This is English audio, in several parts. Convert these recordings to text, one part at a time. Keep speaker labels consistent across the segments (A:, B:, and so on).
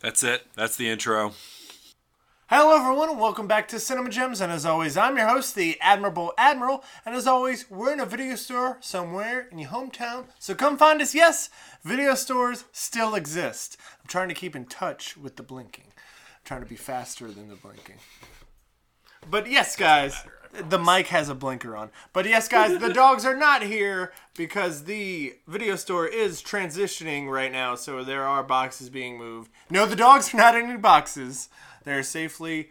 A: That's it. That's the intro.
B: Hello, everyone, and welcome back to Cinema Gems. And as always, I'm your host, the Admirable Admiral. And as always, we're in a video store somewhere in your hometown, so come find us. Yes, video stores still exist. I'm trying to keep in touch with the blinking. I'm trying to be faster than the blinking. But yes, guys, the mic has a blinker on. But yes, guys, the dogs are not here because the video store is transitioning right now, so there are boxes being moved. No, the dogs are not in any boxes. They're safely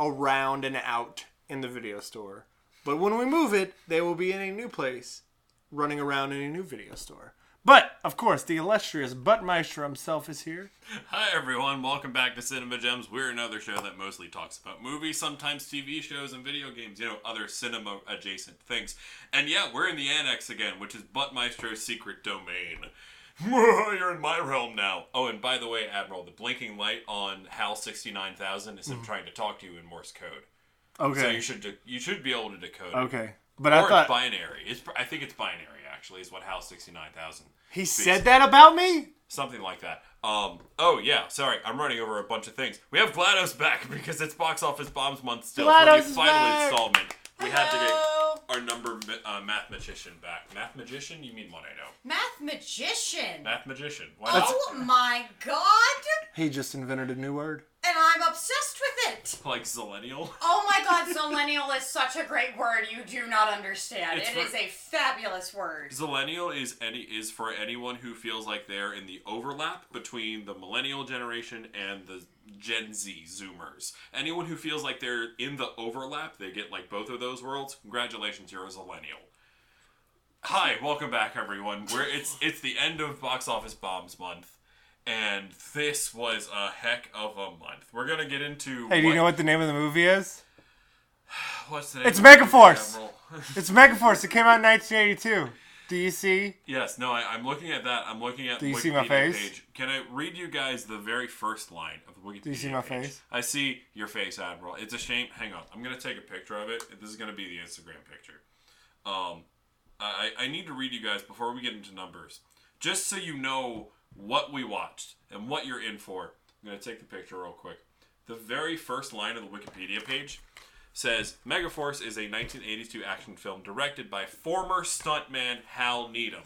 B: around and out in the video store. But when we move it, they will be in a new place, running around in a new video store. But, of course, the illustrious Buttmeister himself is here.
A: Hi, everyone. Welcome back to Cinema Gems. We're another show that mostly talks about movies, sometimes TV shows and video games, you know, other cinema adjacent things. And yeah, we're in the annex again, which is Buttmeister's secret domain. You're in my realm now. Oh, and by the way, Admiral, the blinking light on HAL 69000 is him trying to talk to you in Morse code. So you
B: Hmm. Okay.
A: should de- you should be able to decode it.
B: Okay. But
A: or
B: I
A: it's
B: thought
A: binary. It's I think it's binary actually. Is what HAL 69000
B: he said that about me?
A: something like that. Um, oh yeah, sorry, I'm running over a bunch of things. We have GLaDOS back because it's box office bombs month still
B: GLaDOS
A: for
B: is
A: the final
B: back!
A: installment. We had
C: Hello.
A: to get our number ma- uh, math magician back. Math magician? You mean what I know?
C: Math magician.
A: Math magician. Why not?
C: oh my god!
B: He just invented a new word.
C: And I'm obsessed with it.
A: Like Zillennial?
C: Oh my god, millennial is such a great word. You do not understand.
A: It's
C: It's
A: for-
C: a fabulous word.
A: Zillennial is any is for anyone who feels like they're in the overlap between the millennial generation and the Gen Z Zoomers. Anyone who feels like they're in the overlap, they get like both of those worlds. Congratulations, you're a Zillennial. Hi, welcome back, everyone. We're it's it's the end of box office bombs month, and this was a heck of a month. We're gonna get into
B: Hey, do you know what the name of the movie is?
A: what's the
B: It's
A: name of the
B: Megaforce!
A: Admiral?
B: It's Megaforce. It came out in 1982. Do you see?
A: Yes, no, I, I'm looking at that. I'm looking at
B: Do you see my face?
A: page. Can I read you guys the very first line of the Wikipedia? Do
B: you see my
A: page?
B: face?
A: I see your face, Admiral. It's a shame. Hang on, I'm gonna take a picture of it. This is gonna be the Instagram picture. Um, I, I I need to read you guys before we get into numbers, just so you know what we watched and what you're in for. I'm gonna take the picture real quick. The very first line of the Wikipedia page says Megaforce is a 1982 action film directed by former stuntman Hal Needham.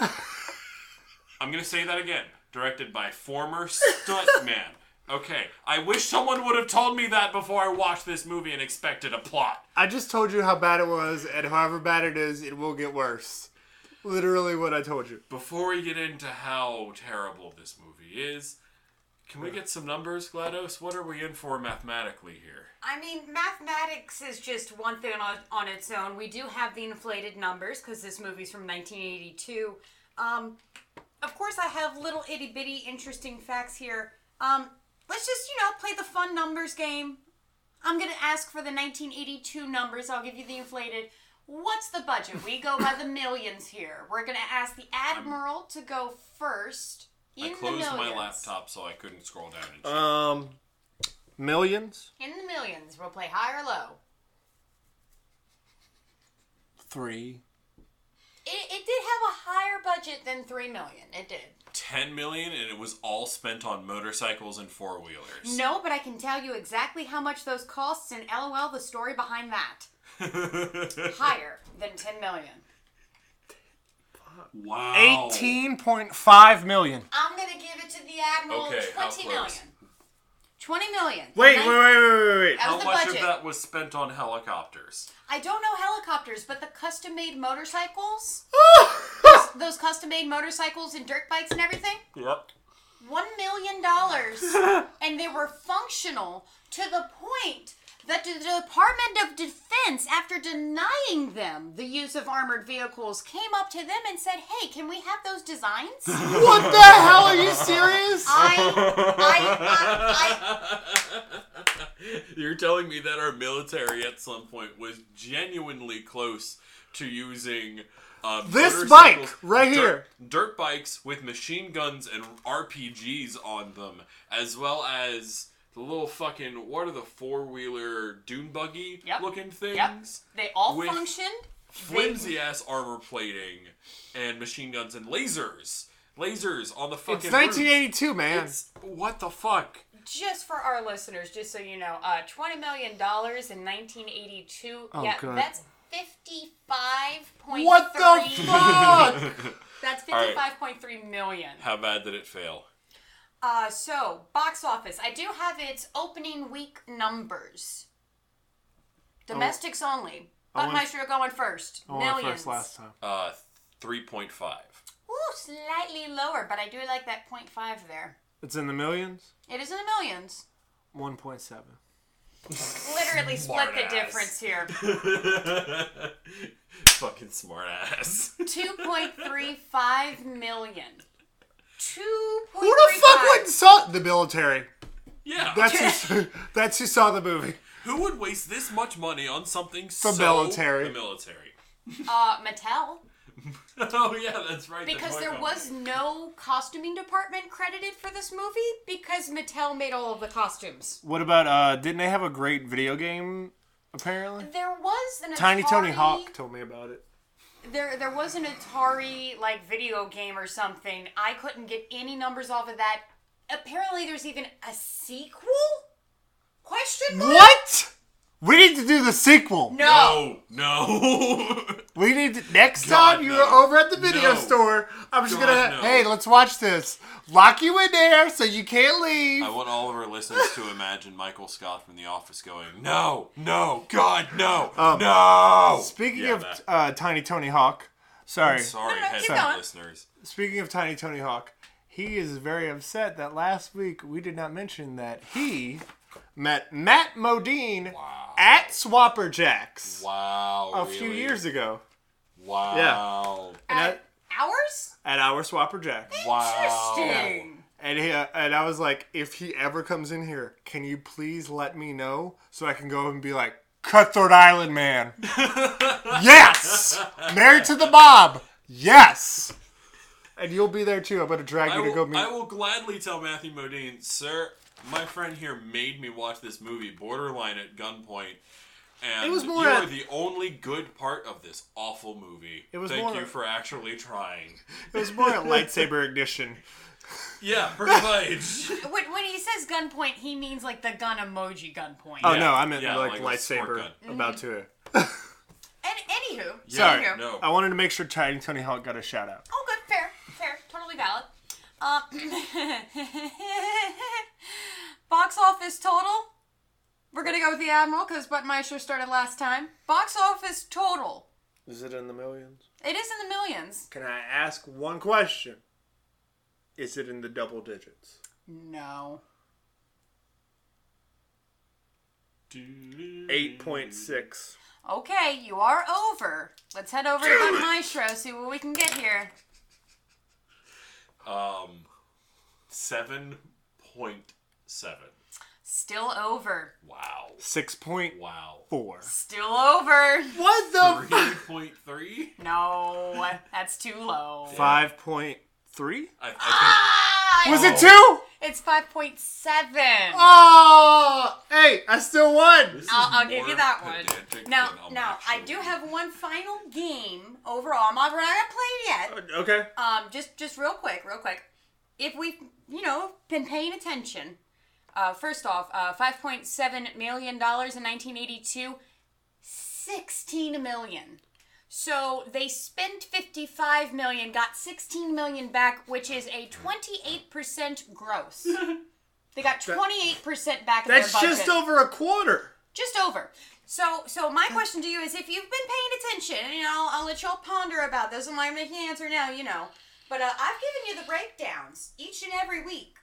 A: I'm going to say that again. Directed by former stuntman. Okay, I wish someone would have told me that before I watched this movie and expected a plot.
B: I just told you how bad it was, and however bad it is, it will get worse. Literally what I told you.
A: Before we get into how terrible this movie is, can we get some numbers, GLaDOS? What are we in for mathematically here?
C: I mean, mathematics is just one thing on, on its own. We do have the inflated numbers because this movie's from 1982. Um, of course, I have little itty bitty interesting facts here. Um, let's just, you know, play the fun numbers game. I'm going to ask for the 1982 numbers. I'll give you the inflated. What's the budget? We go by the millions here. We're going to ask the Admiral to go first. In
A: I closed
C: the
A: my
C: millions.
A: laptop so I couldn't scroll down and check.
B: Um, millions?
C: In the millions. We'll play high or low.
B: Three.
C: It, it did have a higher budget than three million. It did.
A: 10 million and it was all spent on motorcycles and four wheelers.
C: No, but I can tell you exactly how much those costs and LOL the story behind that. Higher than ten million.
A: Wow.
B: 18.5 million.
C: I'm gonna give it to the Admiral
A: Okay, how
C: twenty
A: close?
C: million. Twenty million.
B: Wait,
C: And
B: wait,
C: I-
B: wait, wait, wait, wait.
C: That
A: How
C: was the
A: much
C: budget.
A: of that was spent on helicopters?
C: I don't know helicopters, but the custom made motorcycles, those custom made motorcycles and dirt bikes and everything,
A: Yep.
C: one million dollars and they were functional to the point that the department of defense after denying them the use of armored vehicles came up to them and said hey can we have those designs I,
B: What the hell? Are you serious?
C: I, I, I,
A: You're telling me that our military at some point was genuinely close to using uh,
B: This
A: motorcycles-
B: bike, right
A: dirt-
B: here.
A: dirt bikes with machine guns and RPGs on them, as well as the little fucking what are the four wheeler dune buggy
C: Yep.
A: looking things?
C: yep they all
A: With-
C: functioned
A: Flimsy ass armor plating and machine guns and lasers, lasers on the fucking. roof.
B: It's 1982, man.
A: It's- What the fuck?
C: just for our listeners, just so you know, uh, twenty million dollars in nineteen eighty two.
B: Oh,
C: yeah,
B: God.
C: that's fifty five point
B: What the fuck?
C: That's
A: right.
C: fifty five point three million.
A: How bad did it fail?
C: Uh, so box office. I do have its opening week numbers. Domestics only.
B: Oh, I went-
C: Budmeister going first.
B: I went
C: Millions.
B: first last time.
A: Uh, three point five.
C: Ooh, slightly lower, but I do like that 0.5 there.
B: It's in the millions.
C: It is in the millions.
B: One point seven.
C: Literally split
A: Smart
C: the
A: ass.
C: difference here.
A: Fucking smart ass.
C: 2.35 million. 2.35.
B: Who the fuck went and saw the military?
A: Yeah.
B: That's who, that's who saw the movie.
A: Who would waste this much money on something so
B: military.
A: The military.
C: Uh, Mattel.
A: oh yeah, that's right. the
C: Because
A: toy
C: there
A: company.
C: was no costuming department credited for this movie because Mattel made all of the costumes.
B: What about uh? Didn't they have a great video game? Apparently,
C: There was an
B: Tiny Tony
C: Atari-
B: Hawk told me about it.
C: There, there was an Atari like video game or something. I couldn't get any numbers off of that. Apparently, there's even a sequel? Question mark?
B: What? We need to do the sequel.
C: No.
A: No, no.
B: We need to, next
A: God,
B: time you're
A: no.
B: over at the video
A: No.
B: store. I'm just
A: God,
B: gonna
A: no.
B: hey, let's watch this. Lock you in there so you can't leave.
A: I want all of our listeners to imagine Michael Scott from The Office going, "No, no, God, no, no."
B: Um, Speaking
A: Yeah,
B: of
A: that-
B: uh, Tiny Tony Hawk, sorry.
A: sorry,
C: No, no, keep
A: headphone
C: going.
A: listeners.
B: Speaking of Tiny Tony Hawk, he is very upset that last week we did not mention that he met Matt Modine
A: Wow.
B: at Swapper Jacks
A: Wow.
B: a few years ago
A: Wow.
B: and I-
C: At Uh, Ours?
B: at our Swapper Jacks.
A: Wow.
C: Interesting.
B: And he, uh, and I was like, if he ever comes in here, can you please let me know so I can go and be like, Cutthroat Island man. yes. Married to the mob. Yes. And you'll be there too. I'm gonna drag
A: I
B: you to go meet.
A: will, I will gladly tell Matthew Modine, sir, my friend here made me watch this movie borderline at gunpoint. And
B: It was more
A: you
B: at-
A: are the only good part of this awful movie.
B: was
A: Thank
B: more-
A: you for actually trying.
B: It was more at lightsaber ignition.
A: Yeah, pretty much.
C: When, when he says gunpoint, he means like the gun emoji gunpoint.
B: Oh
A: Yeah,
B: no, I meant
A: yeah,
B: like,
A: like a squirt
B: lightsaber
A: gun.
B: about to.
C: And anywho,
B: Sorry.
C: anywho.
A: No.
B: I wanted to make sure Tiny Tony Hawk got a shout out.
C: Oh, good, fair, fair, totally valid. Um, box office total. We're gonna go with the Admiral because Buttmeister started last time. Box office total.
B: Is it in the millions?
C: It is in the millions.
B: Can I ask one question? Is it in the double digits?
C: No.
B: 8.6.
C: Okay, you are over. Let's head over to Buttmeister, see what we can get here.
A: Um, seven point seven.
C: Still over.
A: Wow.
B: 6.4.
A: Wow.
C: Still over.
B: What the
A: Three point three.
C: No, that's too low.
B: 5.3?
A: I, I
C: Ah,
B: Was it 2?
C: It's 5.7.
B: Oh! Hey, I still
A: think
B: won!
A: this is
C: I'll, I'll give
A: more
C: you that
A: pedantic
C: one. Now,
A: than I'm
C: now I
A: actually-
C: do have one final game overall. I'm not, we're not gonna play it yet.
B: Okay.
C: Um, just just real quick, real quick. If we've you know been paying attention, uh, first off, uh, 5.7 million dollars in 1982, 16 million. So they spent 55 million, got 16 million back, which is a 28% gross. they got 28% back. Of
B: That's
C: their budget.
B: just over a quarter.
C: just over. So, so my question to you is, if you've been paying attention, and I'll, I'll let y'all ponder about this. I'm not making an answer now, you know. But uh, I've given you the breakdowns each and every week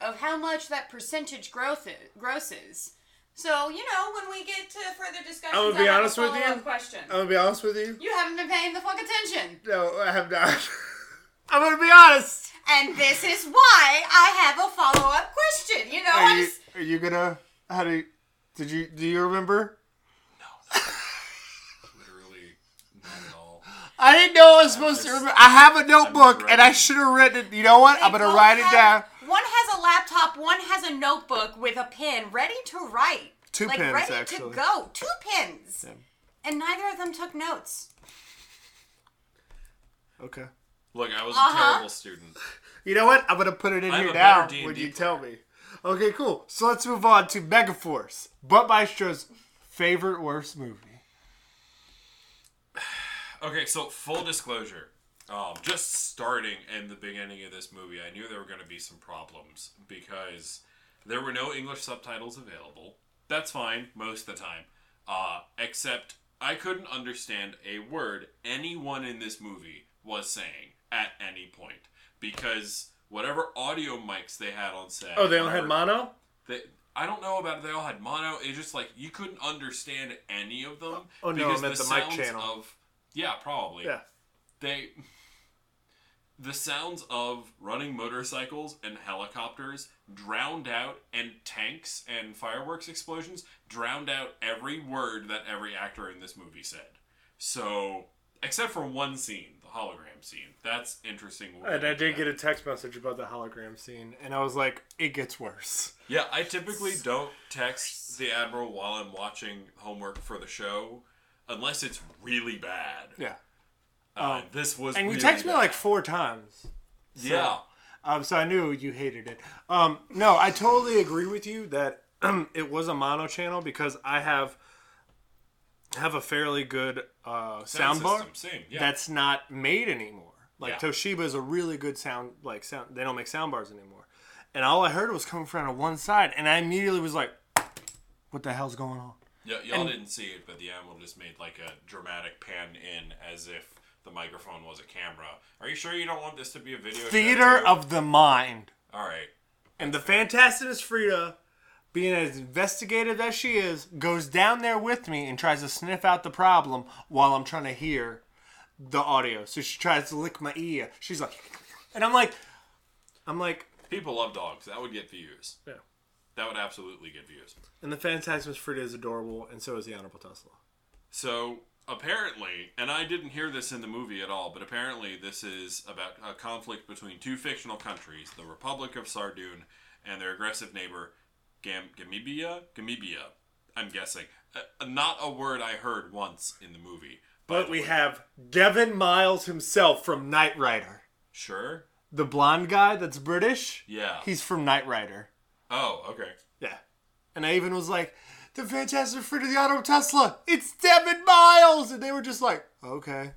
C: of how much that percentage growth is, gross is. So, you know, when we get to further discussions,
B: I'm gonna be
C: I'll have a
B: honest with you. Uh,
C: follow-up Question.
B: I'm gonna be honest with you.
C: you haven't been paying the fuck attention,
B: No, I have not. I'm gonna be honest.
C: and this is why I have a follow up question. You know,
B: Are
C: I
B: you,
C: just,
B: are you gonna. How do you. Did you. Do you remember?
A: Literally, not at all.
B: I didn't know I was supposed to
A: just-
B: remember. I have a notebook
A: just
B: and I
A: writing.
B: should have written it. You know what? I'm
C: They
B: gonna
C: both
B: write it down.
C: have- One has a laptop, one has a notebook with a pen ready to write.
B: Two
C: like,
B: pens,
C: ready
B: actually.
C: to go. Two pins. And neither of them took notes.
B: Okay.
A: Look, I was
C: Uh-huh.
A: a terrible student.
B: You know what? I'm gonna put it in
A: I'm
B: here
A: a
B: now
A: better D&D
B: when you tell me. Okay, cool. So let's move on to Megaforce, Butt Maestro's favorite worst movie.
A: Okay, so full disclosure. Um, just starting in the beginning of this movie, I knew there were going to be some problems because there were no English subtitles available. That's fine most of the time. Uh, except I couldn't understand a word anyone in this movie was saying at any point because whatever audio mics Oh, they had on set.
B: Oh,
A: whatever-
B: mono?
A: they, I don't know about it. They all had mono. It just like you couldn't understand any of them.
B: Oh, no, I meant the mic
A: sounds
B: channel.
A: Of, yeah, probably.
B: Yeah.
A: They. The sounds of running motorcycles and helicopters drowned out, and tanks and fireworks explosions drowned out every word that every actor in this movie said. So, except for one scene, the hologram scene. That's interesting. We'll
B: And I
A: into
B: did
A: that.
B: get a text message about the hologram scene, and I was like, it gets worse.
A: Yeah, I typically don't text the Admiral while I'm watching homework for the show unless it's really bad.
B: Yeah. Oh.
A: Uh, this was
B: And you
A: really
B: text me
A: bad.
B: like four times.
A: Yeah.
B: Um, so I knew you hated it. Um, no, I totally agree with you that it was a mono channel because I have have a fairly good uh, sound bar
A: system, same, yeah.
B: that's not made anymore. Like
A: Yeah.
B: Toshiba is a really good sound like sound. They don't make sound bars anymore. And all I heard was coming from on one side, and I immediately was like, "What the hell's going on?"
A: Y- y'all didn't see it, but the Admiral just made like a dramatic pan in as if the microphone was a camera. Are you sure you don't want this to be a video? show,
B: Theater
A: too?
B: of the mind.
A: All right.
B: And the fantastic Frida, being as investigative as she is, goes down there with me and tries to sniff out the problem while I'm trying to hear the audio. So she tries to lick my ear. She's like, and I'm like, I'm like,
A: People love dogs. That would get views.
B: yeah.
A: That would absolutely get views.
B: And the fantastic Frida is adorable, and so is the Honorable Tesla.
A: So apparently, and I didn't hear this in the movie at all, but apparently this is about a conflict between two fictional countries, the Republic of Sardoon and their aggressive neighbor Gam- Gamibia. Gamibia, I'm guessing. Uh, not a word I heard once in the movie. by
B: But
A: the
B: we
A: way.
B: have Devin Miles himself from Knight Rider.
A: sure.
B: The blonde guy that's British.
A: Yeah.
B: He's from Knight Rider.
A: Oh, okay.
B: Yeah. And I even was like, the Fantastic Fruit of the Auto Tesla, it's Devin Miles! And they were just like, okay,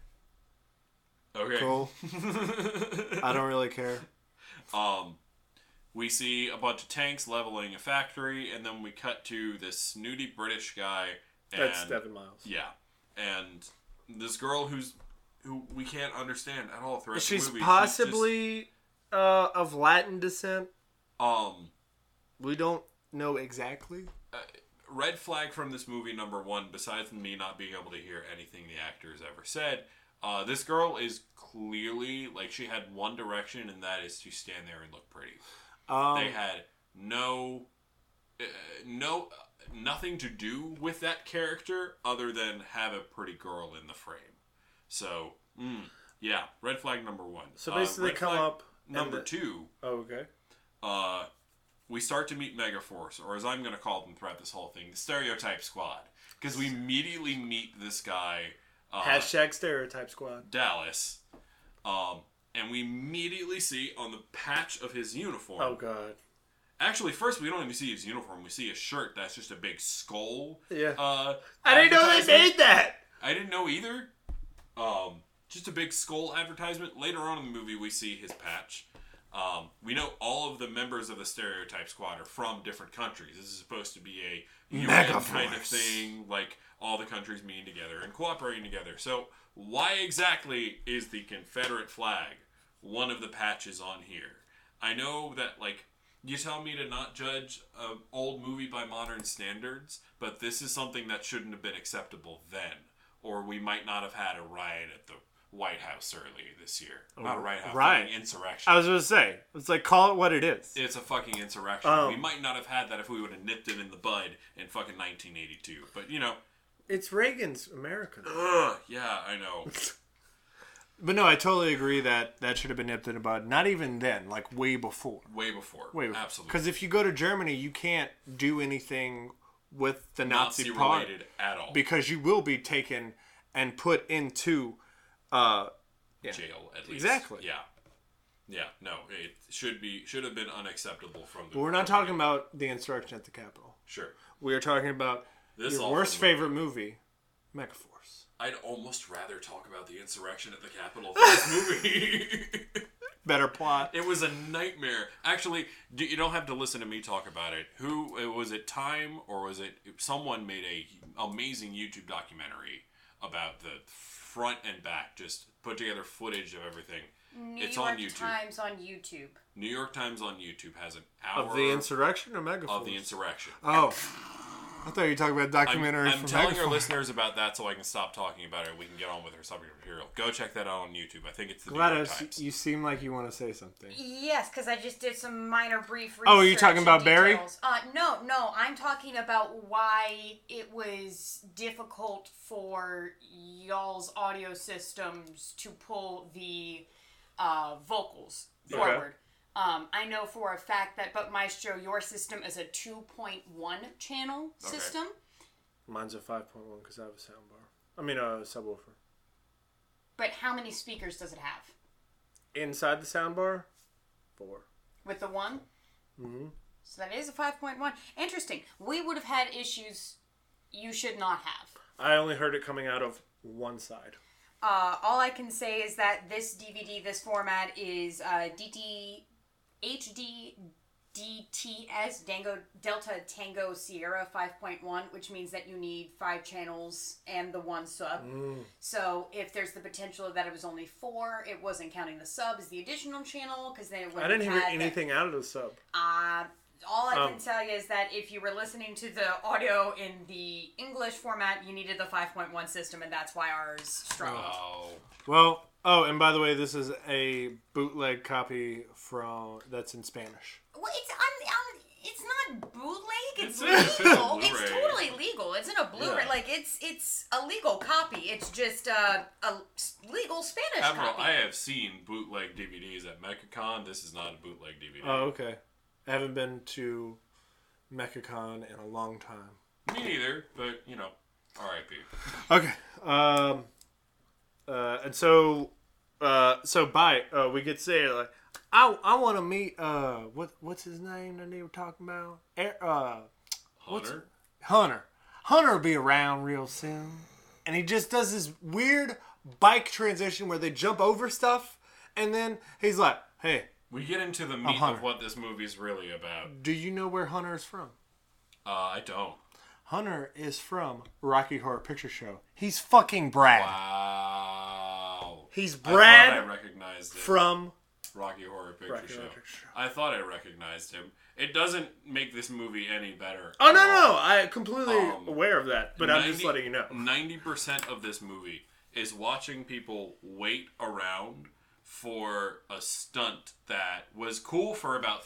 A: Okay.
B: cool. I don't really care.
A: Um, we see a bunch of tanks leveling a factory, and then we cut to this snooty British guy. And
B: Miles.
A: Yeah, and this girl who's who we can't understand at all throughout
B: She's
A: the movie. just-
B: possibly uh, of Latin descent.
A: um
B: We don't know exactly.
A: red flag from this movie number one. Besides me not being able to hear anything the actors ever said, uh, this girl is clearly like she had one direction, and that is to stand there and look pretty.
B: Um,
A: they had no uh, no nothing to do with that character other than have a pretty girl in the frame so mm, yeah red flag number one
B: so
A: Uh,
B: basically, they
A: red
B: come
A: flag
B: up. and
A: number
B: the-
A: two
B: Oh, okay.
A: uh, we start to meet megaforce or as i'm going to call them throughout this whole thing the stereotype squad because we immediately meet this guy uh,
B: Hashtag stereotype squad.
A: dallas um, and we immediately see on the patch of his uniform
B: Oh, God.
A: Actually, first we don't even see his uniform. We see his shirt. That's just a big skull.
B: Yeah.
A: Uh,
B: I didn't know they
A: advertisement.
B: made that!
A: I didn't know either. Um, just a big skull advertisement. Later on in the movie, we see his patch. Um, we know all of the members of the stereotype squad are from different countries. This is supposed to be a UN kind of
B: Megaforce.
A: thing, like all the countries meeting together and cooperating together. So, why exactly is the Confederate flag one of the patches on here? I know that, like, you tell me to not judge an old movie by modern standards, but this is something that shouldn't have been acceptable then, or we might not have had a riot at the White House early this year. not a riot, a
B: Oh, riot.
A: fucking insurrection.
B: I was going to say, it's like, call it what it is.
A: it's a fucking insurrection.
B: Oh.
A: we might not have had that if we would have nipped it in the bud in fucking 1982. But you know,
B: It's Reagan's America.
A: ugh, yeah, I know.
B: But no, I totally agree that that should have been nipped in the bud. Not even then, like way before.
A: Way before,
B: Way before.
A: absolutely
B: Because if you go to Germany, you can't do anything with the Nazi,
A: Nazi
B: part
A: related at all.
B: because you will be taken and put into. Uh,
A: Jail at least.
B: Exactly.
A: Yeah. Yeah, no, it should be should have been unacceptable from the.
B: But we're not talking about the insurrection at the Capitol.
A: Sure,
B: We are talking about
A: This
B: your
A: awful
B: worst
A: movie.
B: favorite movie, Megaforce.
A: I'd almost rather talk about the insurrection at the Capitol than this movie.
B: Better plot.
A: It was a nightmare. Actually, d- you don't have to listen to me talk about it. Who uh, was it? Time or was it someone made a amazing YouTube documentary about the front and back, just put together footage of everything.
C: New
A: it's
C: York
A: on YouTube.
C: Times on YouTube.
A: New York Times on YouTube has an hour
B: Of the insurrection or Megaforce?
A: of the insurrection.
B: oh. I thought you were talking about
A: I'm,
B: documentary
A: I'm
B: from
A: telling
B: Megaforce.
A: our listeners about that so I can stop talking about it. and We can get on with our subject material. Go check that out on YouTube. I think it's the New York
B: Gladys,
A: Times.
B: you seem like you want to say something.
C: Yes, because I just did some minor brief research.
B: Oh, are you talking
C: and
B: about Barry?
C: details. Uh, no, no. I'm talking about why it was difficult for y'all's audio systems to pull the uh, vocals forward. Um, I know for a fact that, but Maestro, your system is a 2.1 channel system.
B: Mine's a 5.1 because I have a soundbar. I mean, a subwoofer.
C: But how many speakers does it have?
B: Inside the soundbar, four.
C: with the one. Mm-hmm. So that is a five point one. Interesting. We would have had issues you should not have.
B: I only heard it coming out of one side.
C: Uh, all I can say is that this DVD, this format is uh, DT HD DTS Dango Delta Tango Sierra 5.1, which means that you need five channels and the one sub.
B: Mm.
C: So if there's the potential that it was only four, it wasn't counting the sub as the additional channel because then it would
B: I didn't
C: have
B: hear
C: had that-
B: anything out of the sub.
C: Uh, all I
B: Um,
C: can tell you is that if you were listening to the audio in the English format, you needed the 5.1 system, and that's why ours struggled.
A: oh,
B: Well, oh, and by the way, this is a bootleg copy from that's in Spanish.
C: well, it's I'm, I'm, it's not bootleg. It's,
A: It's a- it's a
C: legal. It's,
A: Blu-ray.
C: totally legal. It's in a Blu-ray.
A: Yeah.
C: Like it's it's a legal copy. It's just uh, a s- legal Spanish
A: Admiral,
C: copy.
A: I have seen bootleg DVDs at MechaCon. This is not a bootleg DVD.
B: Oh, okay. I haven't been to MechaCon in a long time.
A: Me neither, but you know, R.I.P.
B: Okay. Um. Uh. And so, uh. So by uh, we could say like, I I want to meet uh what what's his name that they were talking about Air, uh
A: Hunter.
B: Hunter. Hunter will be around real soon. And he just does this weird bike transition where they jump over stuff. And then he's like, hey,
A: We get into the meat
B: Hunter.
A: of what this movie's really about.
B: do you know where Hunter is from?
A: Uh, I don't.
B: Hunter is from Rocky Horror Picture Show. He's fucking Brad.
A: Wow.
B: He's
A: I thought
B: Brad
A: I, recognized it.
B: from.
A: Rocky Horror Picture
B: Rocky
A: Show.
B: Horror Picture Show.
A: I thought I recognized him. It doesn't make this movie any better.
B: Oh, no, no. I'm completely
A: Um,
B: aware of that. But I'm just letting you know.
A: Ninety percent of this movie is watching people wait around for a stunt that was cool for about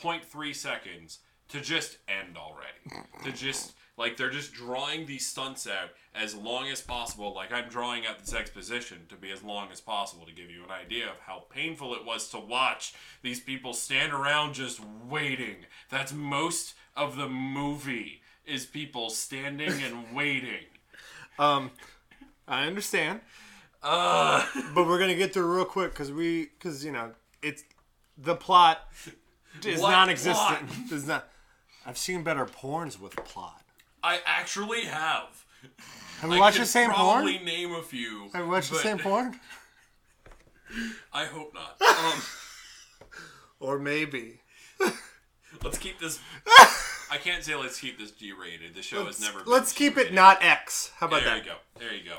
A: 0.3 seconds to just end already. to just like they're just drawing these stunts out as long as possible. Like I'm drawing out this exposition to be as long as possible to give you an idea of how painful it was to watch these people stand around just waiting. That's most of the movie is people standing and waiting.
B: I understand.
A: Uh,
B: But we're going to get through real quick because we, because, you know, it's the plot is
A: What
B: non existent. Does not. I've seen better porns with plot.
A: I actually have.
B: Have we
A: I
B: watched
A: could
B: the same
A: probably
B: porn?
A: name a few.
B: Have we watched the
A: but
B: same porn?
A: I hope not. Um,
B: Or maybe.
A: let's keep this. I can't say let's keep this G-rated. The show has never. Been
B: Let's keep it
A: G-rated.
B: not X. How about
A: There you
B: that?
A: go. There you go.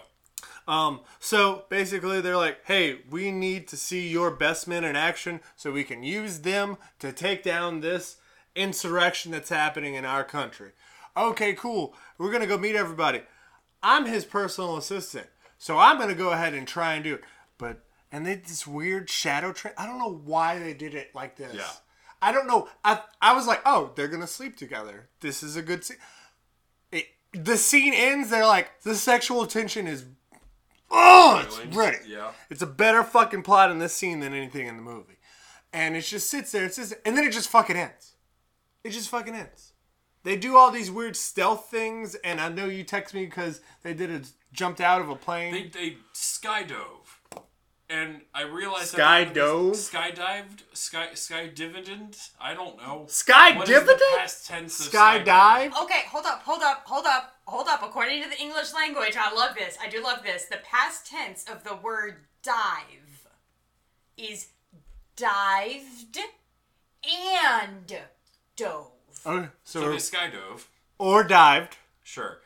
B: Um, so basically, they're like, hey, we need to see your best men in action so we can use them to take down this insurrection that's happening in our country. Okay, cool. We're going to go meet everybody. I'm his personal assistant, so I'm going to go ahead and try and do it. But, and they this weird shadow train. I don't know why they did it like this.
A: Yeah.
B: I don't know. I, I was like, oh, they're going to sleep together. This is a good scene. It, the scene ends, they're like, the sexual tension is Oh, it's
A: Really?
B: ready.
A: Yeah.
B: It's a better fucking plot in this scene than anything in the movie. And it just sits there, it sits there, and then it just fucking ends. It just fucking ends. They do all these weird stealth things, and I know you text me because they did a jumped out of a plane.
A: They they skydove. and I realized that
B: Sky
A: one of
B: dove?
A: these- skydived sky sky dividend. I don't know
B: Sky
A: What is the
B: dividend?
A: past tense of
B: Skydive?
C: Okay, hold up, hold up, hold up, hold up. According to the English language, I love this. I do love this. The past tense of the word dive is dived and dove.
B: Oh, so,
A: So they sky dove.
B: or dived.
A: Sure.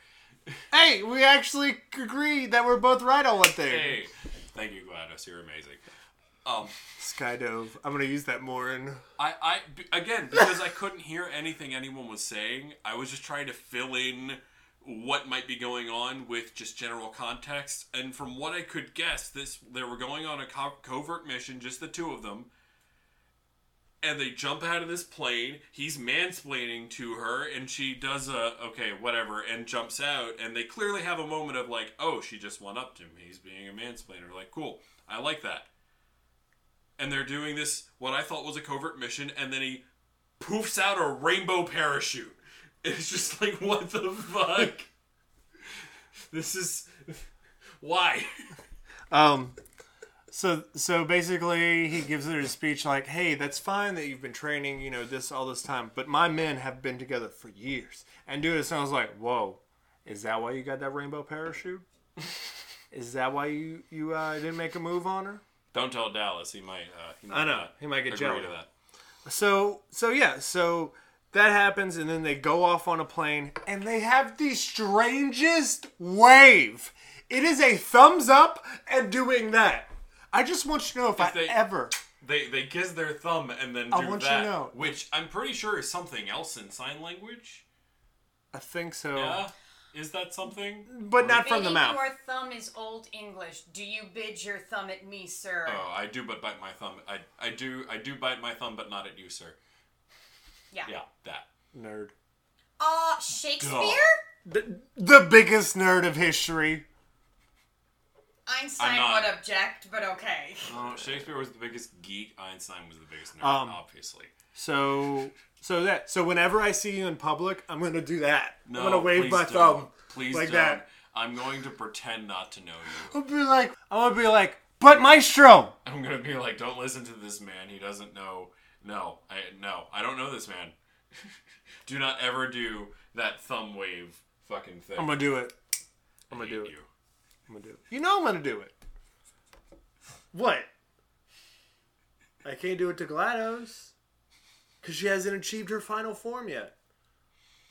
B: Hey, we actually agree that we're both right on one thing.
A: Hey, thank you, Gladys. You're amazing. Um,
B: Skydove. I'm gonna use that more in.
A: I, I b- again because I couldn't hear anything anyone was saying. I was just trying to fill in what might be going on with just general context, and from what I could guess, this they were going on a co- covert mission, just the two of them. And they jump out of this plane. He's mansplaining to her, and she does a okay, whatever, and jumps out. And they clearly have a moment of like, oh, she just went up to him. He's being a mansplainer. Like, cool, I like that and they're doing this what I thought was a covert mission, and then he poofs out a rainbow parachute. It's just like what the fuck? this is why?
B: Um, so so basically, he gives her a speech like, "Hey, that's fine that you've been training, you know, this all this time, but my men have been together for years." And dude, it sounds like, "Whoa, is that why you got that rainbow parachute? is that why you you uh, didn't make a move on her?"
A: Don't tell Dallas. He might. Uh, he might
B: I know,
A: not
B: he might get
A: agree
B: jealous.
A: to that.
B: So so yeah, so that happens and then they go off on a plane and they have the strangest wave. It is a thumbs up and doing that. I just want you to know if, I
A: they-
B: ever
A: They they kiss their thumb and then do
B: I want you to
A: that,
B: know.
A: which I'm pretty sure is something else in sign language.
B: I think so.
A: Yeah, is that something?
B: But not from the
C: Bidding
B: mouth.
C: your thumb is old English. Do you bid your thumb at me, sir?
A: Oh, I do, but bite my thumb. I I do I do bite my thumb, but not at you, sir.
C: yeah.
A: Yeah, that.
B: Nerd.
C: Uh, Shakespeare?
B: The, the biggest nerd of history.
C: Einstein
A: I'm not.
C: would object, but okay.
A: Oh, Shakespeare was the biggest geek. Einstein was the biggest nerd,
B: Um,
A: obviously.
B: So so that so whenever I see you in public, I'm gonna do that.
A: No,
B: I'm gonna wave
A: please
B: my
A: don't.
B: thumb.
A: Please
B: like
A: don't.
B: that.
A: I'm going to pretend not to know you.
B: I'll be like I'm gonna be like, but maestro!
A: I'm going to be like, don't listen to this man. He doesn't know. No, I no, I don't know this man. do not ever do that thumb wave fucking thing.
B: I'm gonna do it. I'm gonna do it.
A: You.
B: I'm gonna do it. You know I'm gonna do it. What? I can't do it to GLaDOS. Because she hasn't achieved her final form yet.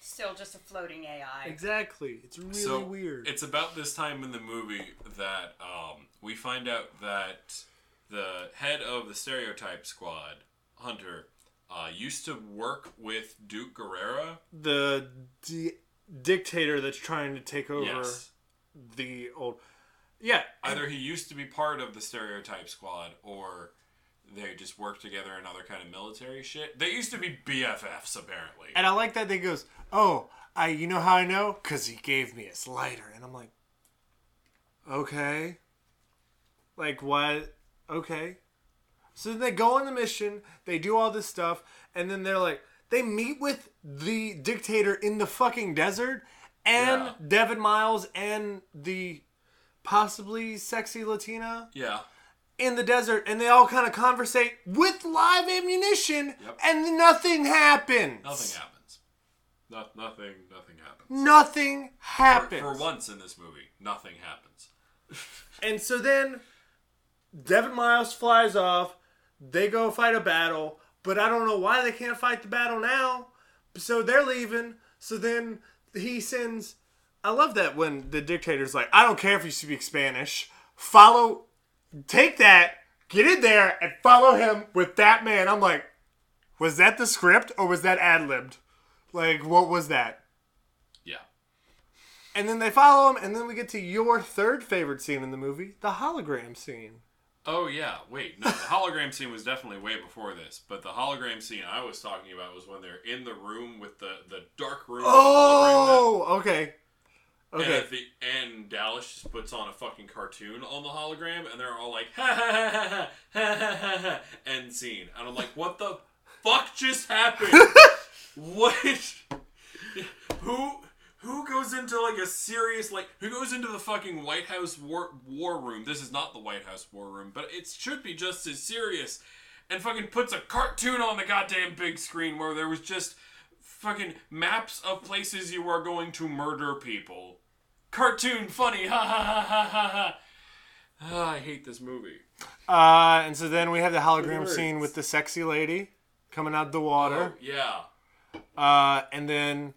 C: Still just a floating AI.
B: Exactly. It's really
A: so
B: weird.
A: It's about this time in the movie that um, we find out that the head of the stereotype squad, Hunter, uh, used to work with Duke Guerrera.
B: the di- dictator that's trying to take over
A: Yes.
B: the old. Yeah.
A: either he used to be part of the stereotype squad or they just work together in other kind of military shit. They used to be BFFs apparently.
B: And I like that they goes, oh, I you know how I know? Because he gave me his lighter. And I'm like, okay. Like, what? Okay. So then they go on the mission, they do all this stuff, and then they're like, they meet with the dictator in the fucking desert and
A: Yeah.
B: Devin Miles and the possibly sexy Latina.
A: yeah.
B: in the desert and they all kind of conversate with live ammunition
A: Yep.
B: and nothing happens.
A: Nothing happens. Not nothing nothing happens.
B: Nothing
A: For,
B: happens.
A: for once in this movie, nothing happens.
B: And so then Devin Miles flies off. They go fight a battle, but I don't know why they can't fight the battle now. So they're leaving. So then he sends. I love that when the dictator's like, I don't care if you speak Spanish. Follow, take that, get in there, and follow him with that man. I'm like, was that the script or was that ad libbed? Like, what was that?
A: Yeah.
B: And then they follow him, and then we get to your third favorite scene in the movie, the hologram scene.
A: Oh yeah, wait. No, the hologram scene was definitely way before this, but the hologram scene I was talking about was when they're in the room with the the dark room. with the hologram map,
B: Oh, okay.
A: And
B: Okay.
A: at the end, Dallas just puts on a fucking cartoon on the hologram, and they're all like, ha ha ha ha ha ha ha ha, end scene. And I'm like, what the fuck just happened? what? Who? Who goes into like a serious like who goes into the fucking White House war war room? This is not the White House war room, but it should be just as serious. And fucking puts a cartoon on the goddamn big screen where there was just fucking maps of places you are going to murder people. Cartoon funny, ha ha ha ha ha ha. Ah, I hate this movie.
B: Uh, and so then we have the hologram
A: Words.
B: scene with the sexy lady coming out of the water.
A: Oh, Yeah. Uh-huh.
B: Uh, and then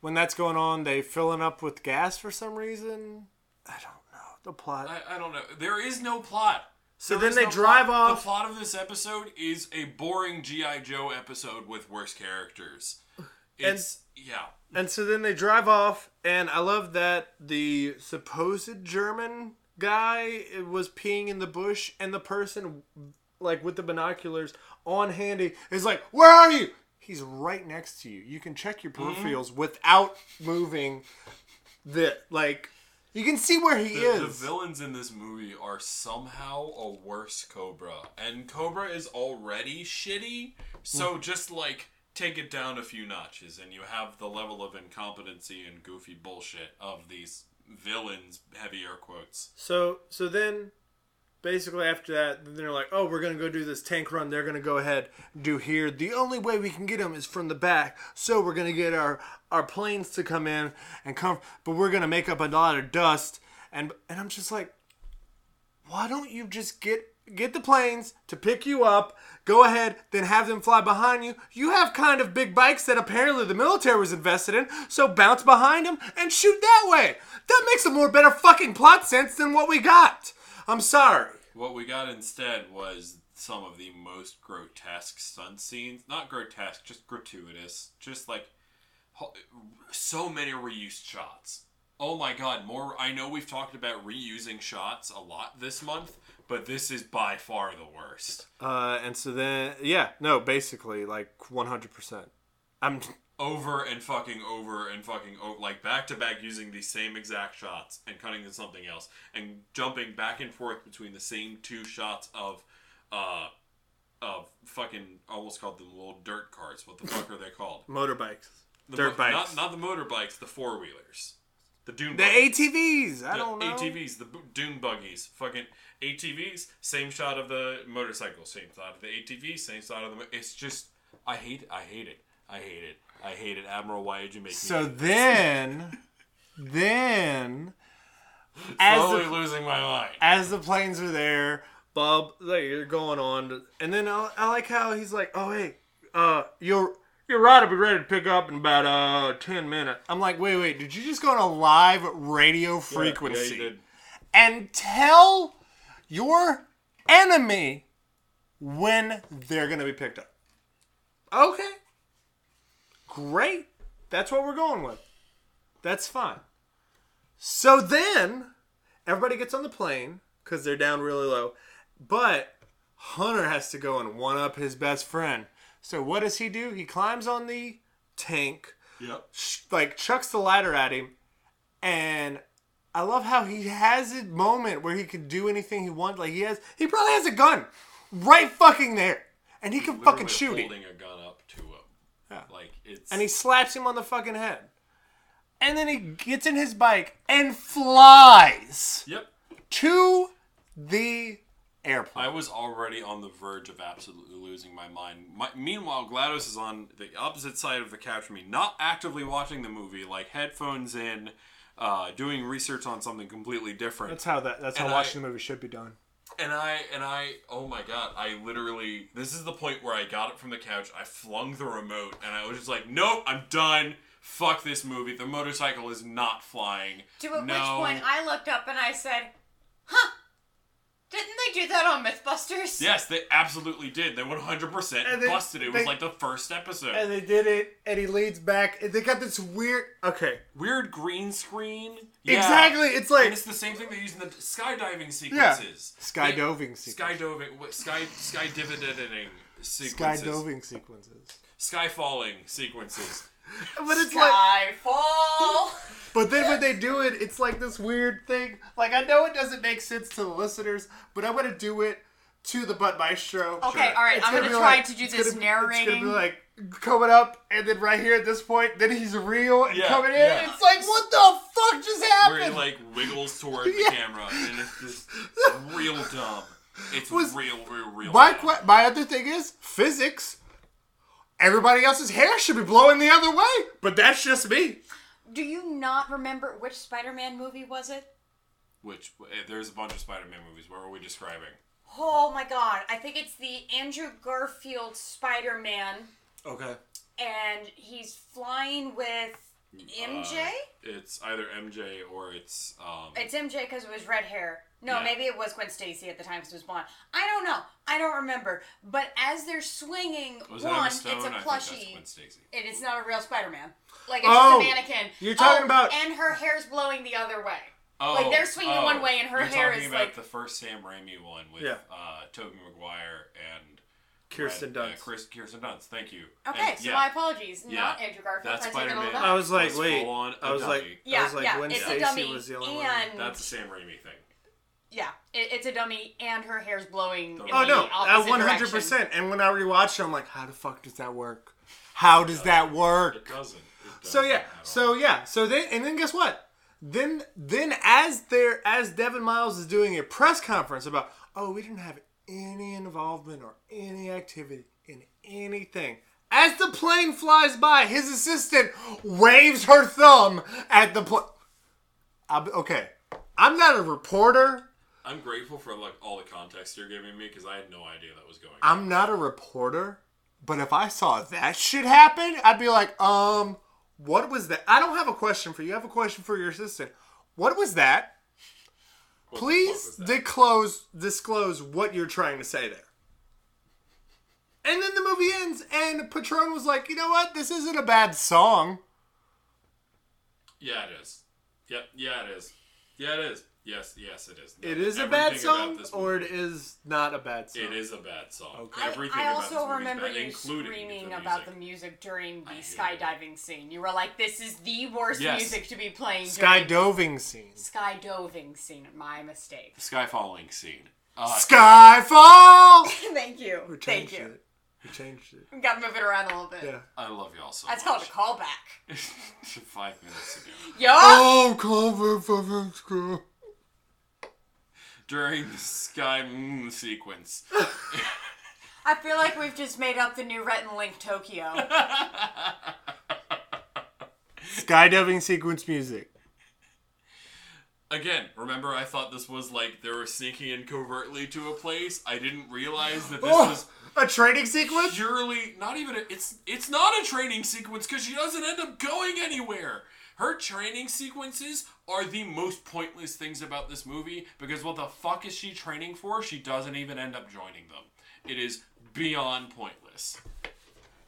B: when that's going on, they filling up with gas for some reason. I don't know the plot.
A: I, I don't know. There is no plot. So
B: then they drive off-
A: The plot of this episode is a boring GI Joe episode with worse characters. It's yeah.
B: And so then they drive off, and I love that the supposed German guy was peeing in the bush, and the person, like with the binoculars on handy, is like, "Where are you?" He's right next to you. You can check your
A: Mm-hmm.
B: peripherals without moving. The like, you can see where he
A: The, the
B: is.
A: villains in this movie are somehow a worse Cobra, and Cobra is already shitty. So
B: Mm.
A: just like take it down a few notches, and you have the level of incompetency and goofy bullshit of these villains. Heavy air quotes.
B: So so then basically after that then they're like, "Oh, we're going to go do this tank run. They're going to go ahead do here. The only way we can get them is from the back. So we're going to get our our planes to come in and come but we're going to make up a lot of dust." And and I'm just like, "Why don't you just get get the planes to pick you up? Go ahead, then have them fly behind you. You have kind of big bikes that apparently the military was invested in, so bounce behind them and shoot that way. That makes a more better fucking plot sense than what we got. I'm sorry.
A: What we got instead was some of the most grotesque stunt scenes. Not grotesque, just gratuitous. Just like ho- so many reused shots. Oh my god, more. I know we've talked about reusing shots a lot this month, but this is by far the worst.
B: Uh, and so then, yeah, no, basically, like 100%. I'm
A: Over and fucking over and fucking over. Like back to back using the same exact shots and cutting to something else and jumping back and forth between the same two shots of, uh, of fucking almost called them little dirt carts. What the fuck are they called?
B: motorbikes,
A: The
B: dirt
A: mo-
B: bikes,
A: Not, not the motorbikes, the four wheelers. The dune
B: the
A: buggies.
B: ATVs. I
A: The
B: don't know.
A: ATVs, the bo- dune buggies. Fucking ATVs, same shot of the motorcycle, same shot of the ATV, same shot of the. Mo- it's just. I hate I hate it. I hate it. I hate it. Admiral, why did you make
B: So
A: me.
B: then, then,
A: Slowly losing my mind.
B: as the planes are there, Bob, like you're going on, and then I, I like how he's like, "Oh hey, uh, your your ride will be ready to pick up in about uh ten minutes." I'm like, "Wait, wait, did you just go on a live radio frequency
A: Yeah, you did.
B: and tell your enemy when they're gonna be picked up?" Okay, great. That's what we're going with. That's fine. So then everybody gets on the plane because they're down really low. But Hunter has to go and one up his best friend. So what does he do? He climbs on the tank,
A: Yep.
B: sh- like chucks the ladder at him, and I love how he has a moment where he can do anything he wants. Like he has, he probably has a gun right fucking there, and he can fucking
A: Literally
B: shoot him.
A: Holding a gun up to him.
B: Yeah.
A: Like, it's.
B: And he slaps him on the fucking head. And then he gets in his bike and flies
A: Yep.
B: to the airplane.
A: I was already on the verge of absolutely losing my mind. My, meanwhile, GLaDOS is on the opposite side of the couch from me, not actively watching the movie, like headphones in, uh, doing research on something completely different.
B: That's how that. That's how
A: And
B: watching the movie should be done.
A: and I, and I, oh my god, I literally, this is the point where I got up from the couch, I flung the remote, and I was just like, nope, I'm done. Fuck this movie. The motorcycle is not flying.
C: To at
A: no.
C: which point I looked up and I said, huh, didn't they do that on Mythbusters?
A: Yes, they absolutely did. They 100%
B: And they-
A: busted it. It was
B: they-
A: like the first episode.
B: And they did it, and he leads back. and They got this weird. Okay,
A: weird green screen. Yeah.
B: exactly. It's
A: And
B: like
A: it's the same thing they use in the skydiving
B: yeah,
A: sequences.
B: skydiving
A: They-
B: sequences.
A: Skydiving. what- Sky sky dividending sequences.
B: Skydiving sequences.
A: Skyfalling sequences.
B: But it's like,
C: Skyfall.
B: but then when they do it, it's like this weird thing. Like I know it doesn't make sense to the listeners, but I'm gonna do it to the butt maestro.
C: Okay, all right.
B: It's
C: I'm gonna,
B: be
C: try
B: like-
C: to do
B: it's
C: this
B: gonna be-
C: narrating.
B: It's gonna be like coming up, and then right here at this point, then he's real and
A: Yeah,
B: coming in.
A: yeah.
B: It's like what the fuck just
A: where he
B: happened?
A: like wiggles toward the
B: Yeah.
A: camera, and it's just real dumb. It's
B: Was-
A: real, real, real.
B: my
A: dumb.
B: que- my other thing is physics. Everybody else's hair should be blowing the other way, but that's just me.
C: Do you not remember which Spider-Man movie was it?
A: Which eh, there's a bunch of Spider-Man movies. What were we describing?
C: Oh my god! I think it's the Andrew Garfield Spider-Man,
A: Uh,
B: Okay.
C: and he's flying with
A: Uh,
C: MJ.
A: it's either MJ or it's um.
C: It's MJ because it was red hair. No,
A: Yeah.
C: maybe it was Gwen Stacy at the time 'cause it was blonde. I don't know. I don't remember. But as they're swinging,
A: was that
C: one,
A: Emma
C: it's
A: Stone?
C: a
A: I think that's
C: plushie.
A: Gwen Stacy.
C: And it's not a real Spider-Man. Like it's
B: Oh,
C: just a mannequin.
B: you're talking
C: Oh,
B: about-
C: and her hair's blowing the other way.
A: Oh,
C: Like, they're swinging
A: oh,
C: one way and her
A: you're
C: hair
A: talking
C: is,
A: about
C: like-
A: the first Sam Raimi one with
B: Yeah.
A: uh, Tobey Maguire and
B: Kirsten
A: Brad-
B: Dunst.
A: uh, Chris, Kirsten Dunst. Thank you.
C: Okay,
A: And,
C: so
A: yeah,
C: my apologies.
A: Yeah.
C: Not Andrew Garfield.
A: That's
C: I take it all
A: Spider-Man.
C: back.
A: I
B: I was like,
A: was
B: wait.
A: full on a
B: I was like,
A: dummy.
C: yeah,
B: I was like,
C: yeah,
B: when
C: it's
B: Stacy
C: a dummy,
B: was the only one.
C: and
A: that's a Sam Raimi thing.
C: yeah, it, it's a dummy, and her hair's blowing. in
B: Oh
A: Oh,
C: the
B: no, at
C: opposite
B: one hundred
C: direction.
B: percent. And when I rewatched it, I'm like, how the fuck does that work? How does that
A: It
B: work?
A: doesn't. It
B: So
A: doesn't
B: yeah,
A: at all.
B: so yeah, so then and then guess what? Then then as there as Devin Miles is doing a press conference about, oh, we didn't have any involvement or any activity in anything. As the plane flies by, his assistant waves her thumb at the plane. Okay, I'm not a reporter.
A: I'm grateful for like all the context you're giving me because I had no idea that was going. on.
B: I'm not a reporter, but if I saw that shit happen, I'd be like, um, what was that? I don't have a question for you. I have a question for your assistant. What was that?
A: What the fuck
B: Please
A: was that?
B: disclose disclose what you're trying to say there. And then the movie ends, and Patron was like, you know what? This isn't a bad song.
A: Yeah, it is. Yep. Yeah, it is. Yeah, it is. Yes, yes, it is.
B: It is a
A: Everything
B: bad
A: about
B: song,
A: this
B: or it
A: movie-
B: is not a bad song.
A: It is a bad song.
B: Okay.
C: I,
A: Everything
C: I
A: about
C: also
A: this movie is
C: remember
A: bad,
C: you
A: including
C: screaming
A: the
C: about the
A: music.
C: music during the
A: I hated it.
C: skydiving scene. You were like, "This is the worst
A: Yes.
C: music to be playing." during
B: Skydiving scene.
C: skydiving scene. My mistake.
A: skyfalling scene. Uh,
B: Skyfall.
C: Thank you.
B: We
C: Thank
B: changed
C: you.
B: it. We changed it.
C: Got to move it around a little bit.
B: Yeah.
A: I love y'all so
C: That's called
A: much.
C: a callback.
A: Five minutes ago.
C: Yo.
B: Oh, cover fucking screw.
A: During the sky moon sequence.
C: I feel like we've just made up the new Rhett and Link Tokyo.
B: Skydiving sequence music.
A: Again, remember I thought this was like they were sneaking in covertly to a place. I didn't realize that this
B: Oh,
A: was
B: a training sequence?
A: purely not even a, it's it's not a training sequence because she doesn't end up going anywhere her training sequences are the most pointless things about this movie because what the fuck is she training for she doesn't even end up joining them it is beyond pointless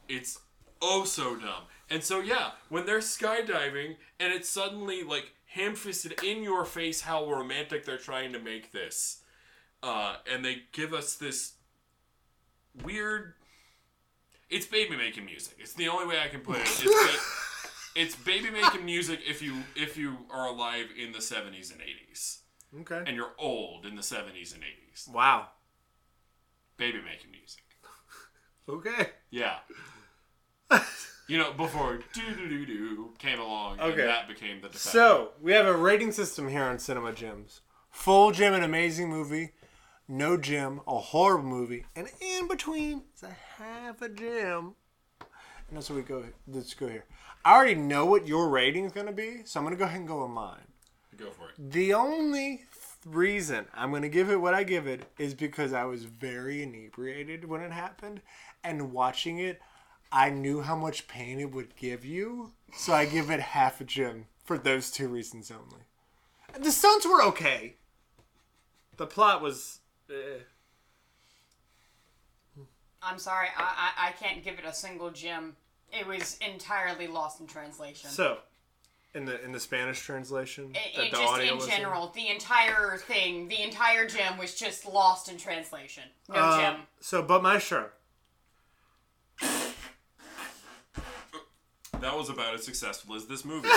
A: it's oh so dumb and so yeah when they're skydiving and it's suddenly like ham-fisted in your face how romantic they're trying to make this uh, and they give us this weird. It's baby making music. It's the only way I can put it. It's, ba- it's baby making music if you if you are alive in the seventies and eighties,
B: Okay.
A: and you're old in the seventies and eighties.
B: Wow.
A: Baby making music.
B: Okay.
A: Yeah. You know, before doo doo doo doo came along,
B: Okay.
A: and that became the de facto.
B: So, we have a rating system here on Cinema Gems. Full gem, an amazing movie. No gem, a horrible movie. And in between is a half a gem. And that's what we go. Let's go here. I already know what your rating is going to be, so I'm going to go ahead and go with mine.
A: go for it.
B: The only th- reason I'm going to give it what I give it is because I was very inebriated when it happened, and watching it, I knew how much pain it would give you, so I give it half a gem for those two reasons only. The stunts were okay. The plot was. eh.
C: I'm sorry, I, I I can't give it a single gem. It was entirely lost in translation.
B: So, in the in the Spanish translation,
C: it, it just in general, the entire thing, the entire gem was just lost in translation. No gem.
B: Uh, So, but Maestro,
A: That was about as successful as this movie.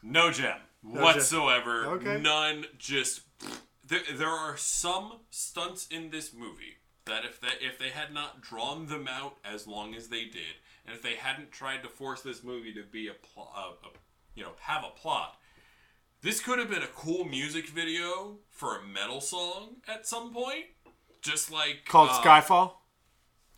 A: no gem whatsoever.
B: Okay.
A: None. Just There, there are some stunts in this movie that if they, if they had not drawn them out as long as they did, and if they hadn't tried to force this movie to be a, pl- a, a you know have a plot, this could have been a cool music video for a metal song at some point. Just like
B: Called
A: uh,
B: Skyfall.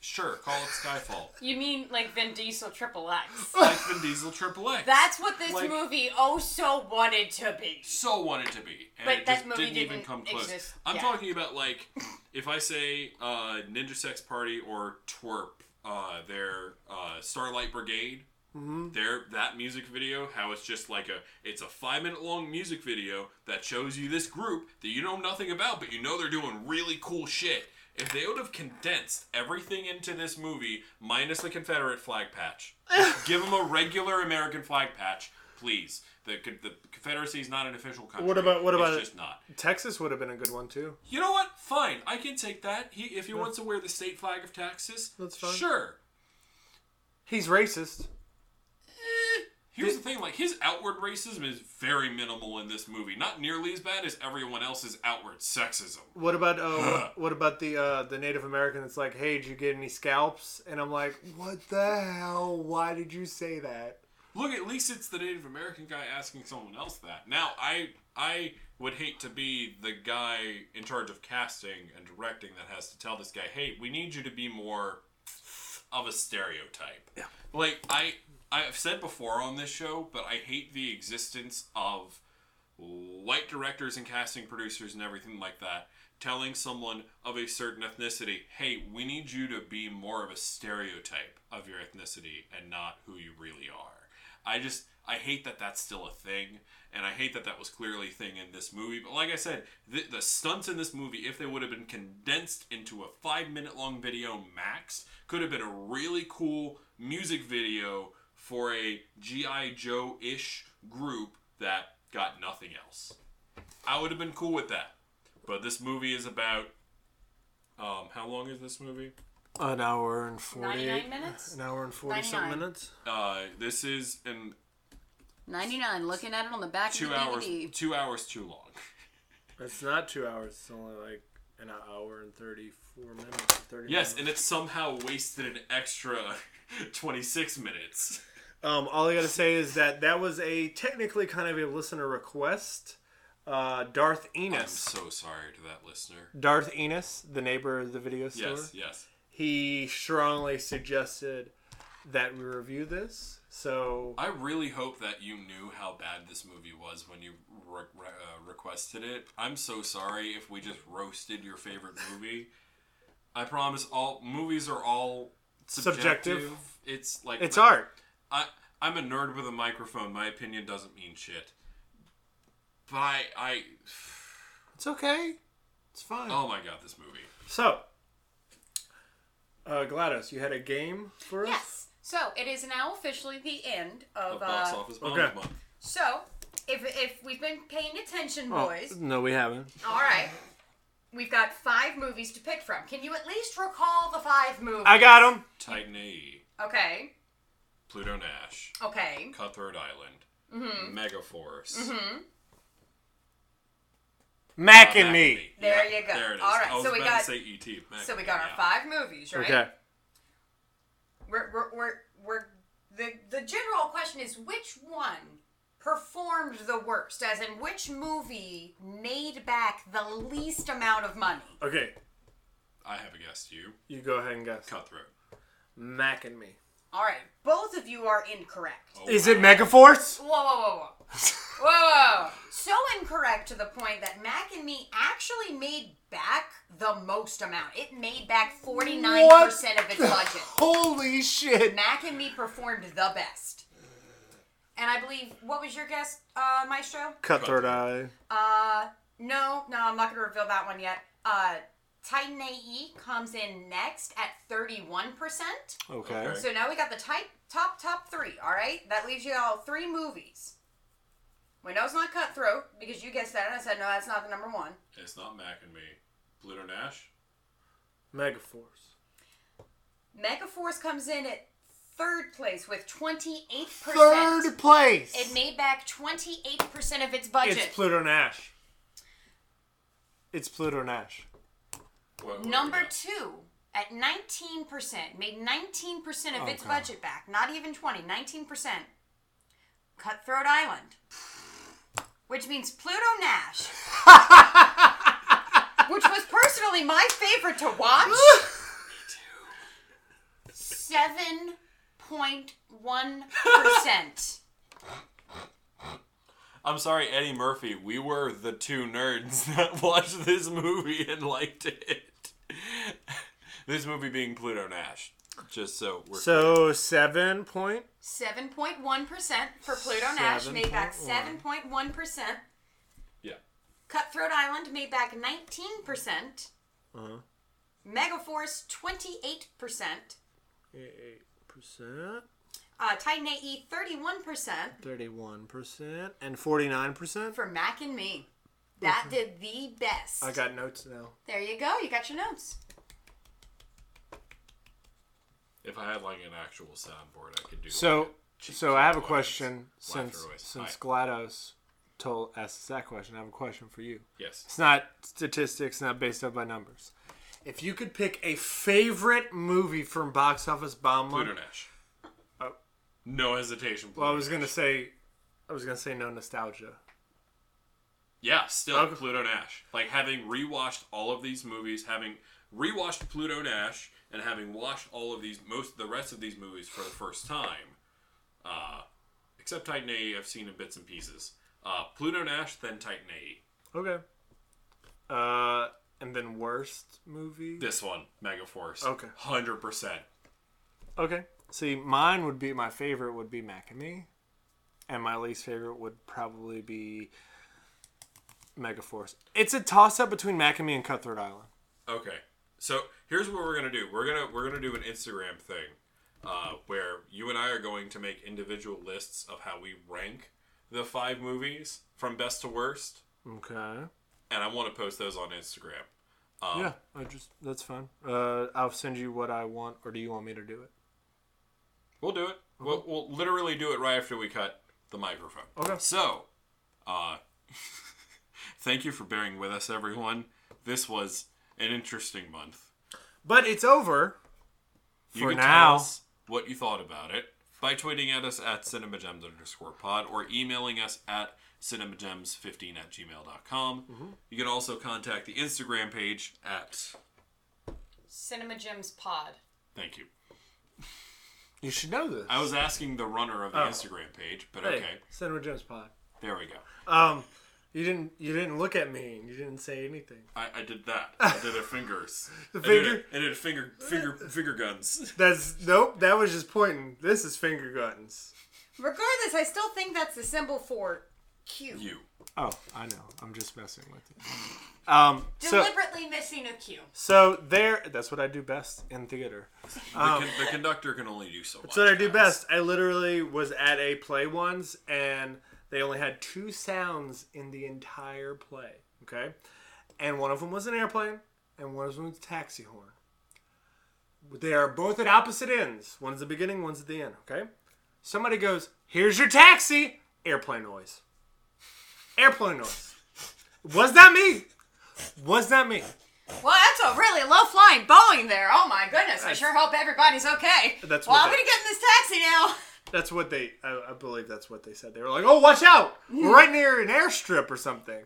A: Sure, call it Skyfall.
C: You mean like Vin Diesel Triple X?
A: like Vin Diesel Triple X.
C: That's what this
A: Like-
C: movie oh so wanted to be.
A: so wanted to be, and
C: But
A: it
C: that
A: just
C: movie
A: didn't, even
C: didn't
A: come close.
C: exist,
A: I'm
C: yeah.
A: talking about like if I say uh, Ninja Sex Party or Twerp, uh, their uh, Starlight Brigade, their that music video, how it's just like a it's a five minute long music video that shows you this group that you know nothing about, but you know they're doing really cool shit. If they would have condensed everything into this movie, minus the Confederate flag patch, give them a regular American flag patch, please. The, co- the Confederacy is not an official country.
B: What about- what about
A: It's
B: it-
A: just not.
B: Texas would have been a good one too.
A: You know what? Fine, I can take that. He if he wants to wear the state flag of Texas,
B: That's fine.
A: Sure.
B: He's racist.
A: Here's the thing, like his outward racism is very minimal in this movie. Not nearly as bad as everyone else's outward sexism.
B: What about uh, what, what about the uh, the Native American that's like, hey, did you get any scalps? And I'm like, what the hell? Why did you say that?
A: Look, at least it's the Native American guy asking someone else that. Now, I I would hate to be the guy in charge of casting and directing that has to tell this guy, "Hey, we need you to be more of a stereotype." Yeah. Like I I've said before on this show, but I hate the existence of white directors and casting producers and everything like that telling someone of a certain ethnicity, "Hey, we need you to be more of a stereotype of your ethnicity and not who you really are." I just I hate that that's still a thing, and I hate that that was clearly a thing in this movie. But like I said, the, the stunts in this movie, if they would have been condensed into a five minute long video max, could have been a really cool music video for a GI Joe ish group that got nothing else. I would have been cool with that. But this movie is about. Um, how long is this movie?
B: An hour and forty.
C: 99 minutes?
B: An hour and forty some
C: 99.
B: minutes.
A: Uh, this is in
C: 99, looking at it on the back
A: two hours. Two hours too long.
B: It's not two hours. It's only like an hour and thirty four minutes. 30
A: Yes,
B: minutes.
A: and it somehow wasted an extra 26 minutes.
B: Um, all I gotta say is that that was a technically kind of a listener request. Uh, Darth
A: I'm
B: Enos.
A: so sorry to that listener.
B: Darth Enos, the neighbor of the video store.
A: Yes, yes.
B: he strongly suggested that we review this. So
A: I really hope that you knew how bad this movie was when you re- re- uh, requested it. I'm so sorry if we just roasted your favorite movie. I promise all movies are all subjective.
B: Subjective.
A: It's like
B: it's art.
A: I I'm a nerd with a microphone. My opinion doesn't mean shit. But I I
B: It's okay. It's fine.
A: oh my god, this movie.
B: So, uh, Gladys, you had a game for us.
C: Yes. So it is now officially the end
A: A
C: of.
A: box
C: Uh,
A: office bomb
B: okay.
A: month.
C: so if, if we've been paying attention, boys,
B: Oh, No, we haven't.
C: all right, we've got five movies to pick from. Can you at least recall the five movies?
B: I got him.
A: Titan AE.
C: Okay.
A: Pluto Nash,
C: Okay.
A: Cutthroat Island,
C: Mm-hmm.
A: Megaforce.
B: Mac
A: Uh,
B: and me.
A: Mackinac.
C: There you go.
A: There it is.
C: All right,
A: I was
C: so we
A: about
C: got-
A: to say E ET.
C: So we
A: Mackinac,
C: got our
A: yeah.
C: five movies, right?
B: Okay.
C: We're, we're, we're, we're the, the general question is which one performed the worst? As in, which movie made back the least amount of money?
B: Okay,
A: I have a guess. You
B: you go ahead and guess.
A: Cutthroat.
B: Mac and me.
C: All right, both of you are incorrect.
A: Oh,
B: Is
A: wow.
B: it Megaforce?
C: Whoa, whoa, whoa, whoa. Whoa! So incorrect to the point that Mac and me actually made back the most amount. It made back 49% of its budget.
B: Holy shit!
C: Mac and me performed the best. And I believe, what was your guess, uh, Maestro?
B: Cutthroat Eye.
C: Uh, no, no, I'm not going to reveal that one yet. Uh, Titan AE comes in next at 31%.
B: Okay.
A: Okay.
C: So now we got the type, top, top three, all right? That leaves you all three movies. We know it's not Cutthroat because you guessed that, and I said, no, that's not the number one.
A: It's not Mac and me. Pluto Nash.
B: Megaforce.
C: Megaforce comes in at third place with 28%.
B: Third place.
C: It made back 28% of its budget.
B: It's Pluto Nash. It's Pluto Nash.
A: What- what
C: Number
A: we got?
C: two at 19%, made 19% of
B: Oh,
C: its
B: God.
C: budget back, not even 20, 19%. Cutthroat Island. Which means Pluto Nash. which was personally my favorite to watch. 7.1%.
A: I'm sorry, Eddie Murphy. We were the two nerds that watched this movie and liked it. this movie being Pluto Nash. Just so we're
B: So seven point.
C: 7.1% for Pluto Nash, made back
B: 7.1.
C: 7.1%.
A: yeah.
C: Cutthroat Island made back 19%. percent
B: uh-huh,
C: Megaforce 28%.
B: Eight percent,
C: Uh, Titan AE 31%.
B: thirty-one percent, and forty-nine percent.
C: For Mac and me. That did the best.
B: I got notes now.
C: There you go. You got your notes.
A: If I had like an actual soundboard, I could do.
B: So,
A: like,
B: so I have a
A: Laugh
B: question.
A: Laugh
B: Since
A: your voice.
B: since
A: Hi.
B: Glados told asked us that question, I have a question for you.
A: yes,
B: It's not statistics, not based up by numbers. If you could pick a favorite movie from box office bomb
A: Pluto
B: month,
A: Nash.
B: Oh.
A: No hesitation. Pluto
B: well, I was
A: Nash.
B: gonna say, I was gonna say no nostalgia.
A: Yeah, still
B: Okay.
A: Pluto Nash. Like having rewatched all of these movies, having rewatched Pluto Nash, and having watched all of these most the rest of these movies for the first time, uh, except Titan AE, I've seen in bits and pieces. Uh, Pluto Nash, then Titan AE.
B: Okay. Uh, and then worst movie.
A: This one, Megaforce.
B: Okay.
A: hundred percent.
B: Okay. See, mine would be my favorite would be Mac and Me, and my least favorite would probably be Megaforce. It's a toss up between Mac and Me and Cutthroat Island.
A: Okay. So here's what we're gonna do. We're gonna we're gonna do an Instagram thing, uh, where you and I are going to make individual lists of how we rank the five movies from best to worst.
B: Okay.
A: and I want to post those on Instagram.
B: yeah, I just that's fine. Uh, I'll send you what I want, or do you want me to do it?
A: We'll do it. We'll, we'll literally do it right after we cut the microphone.
B: Okay.
A: So, uh, thank you for bearing with us, everyone. This was an interesting month.
B: But it's over.
A: You
B: For
A: can
B: now.
A: tell us what you thought about it by tweeting at us at cinemagems underscore pod or emailing us at cinemagems15 at gmail.com.
B: Mm-hmm.
A: You can also contact the Instagram page at.
C: Cinema Gems Pod.
A: Thank you.
B: You should know this.
A: I was asking the runner of the Instagram page, but
B: Oh. hey,
A: okay.
B: Cinema Gems Pod.
A: There we go.
B: Um, you didn't you didn't look at me. and You didn't say anything.
A: I, I did that. I did a fingers. the I
B: finger?
A: did, a, I did a finger finger finger guns.
B: That's nope. That was just pointing. This is finger guns.
C: Regardless, I still think that's the symbol for Q.
A: You.
B: Oh, I know. I'm just messing with you. Um, so
C: Deliberately missing a Q.
B: so there. That's what I do best in theater.
A: The, con- the conductor can only do so much.
B: Oh. That's what I do
A: guys.
B: best. I literally was at a play once, and they only had two sounds in the entire play. Okay, and one of them was an airplane, and one of them was a taxi horn. They are both at opposite ends. One's the beginning, one's at the end. Okay, somebody goes, "Here's your taxi." Airplane noise. Airplane noise. Was that me? Was that me?
C: Well, that's a really low flying Boeing there. Oh my goodness. I sure hope everybody's okay.
B: That's
C: well,
B: what
C: I'm
B: that-
C: going to get in this taxi now.
B: That's what they. I, I believe that's what they said. They were like, "Oh, watch out! We're right near an airstrip or something."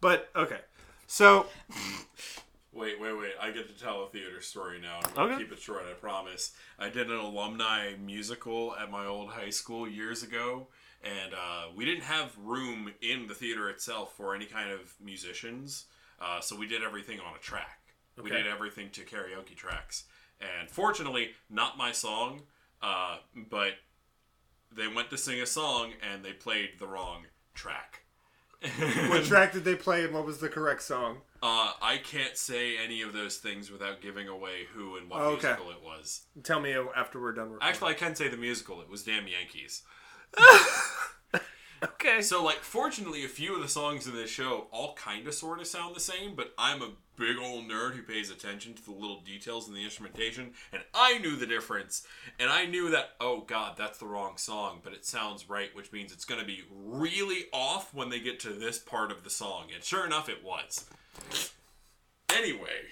B: But okay, so
A: Wait, wait, wait. I get to tell a theater story now. I'm gonna
B: Okay.
A: keep it short, I promise. I did an alumni musical at my old high school years ago, and uh, we didn't have room in the theater itself for any kind of musicians, uh, so we did everything on a track. We
B: Okay.
A: did everything to karaoke tracks. And fortunately, not my song, uh, but they went to sing a song and they played the wrong track.
B: what track did they play, and what was the correct song?
A: Uh, I can't say any of those things without giving away who and what
B: Oh, okay.
A: musical it was.
B: Tell me after we're done. Recording.
A: Actually, I can say the musical. It was Damn Yankees.
B: Okay.
A: So like, fortunately, a few of the songs in this show all kind of sort of sound the same, but I'm a big old nerd who pays attention to the little details in the instrumentation, and I knew the difference, and I knew that oh god, that's the wrong song, but it sounds right, which means it's gonna be really off when they get to this part of the song, and sure enough, it was. Anyway,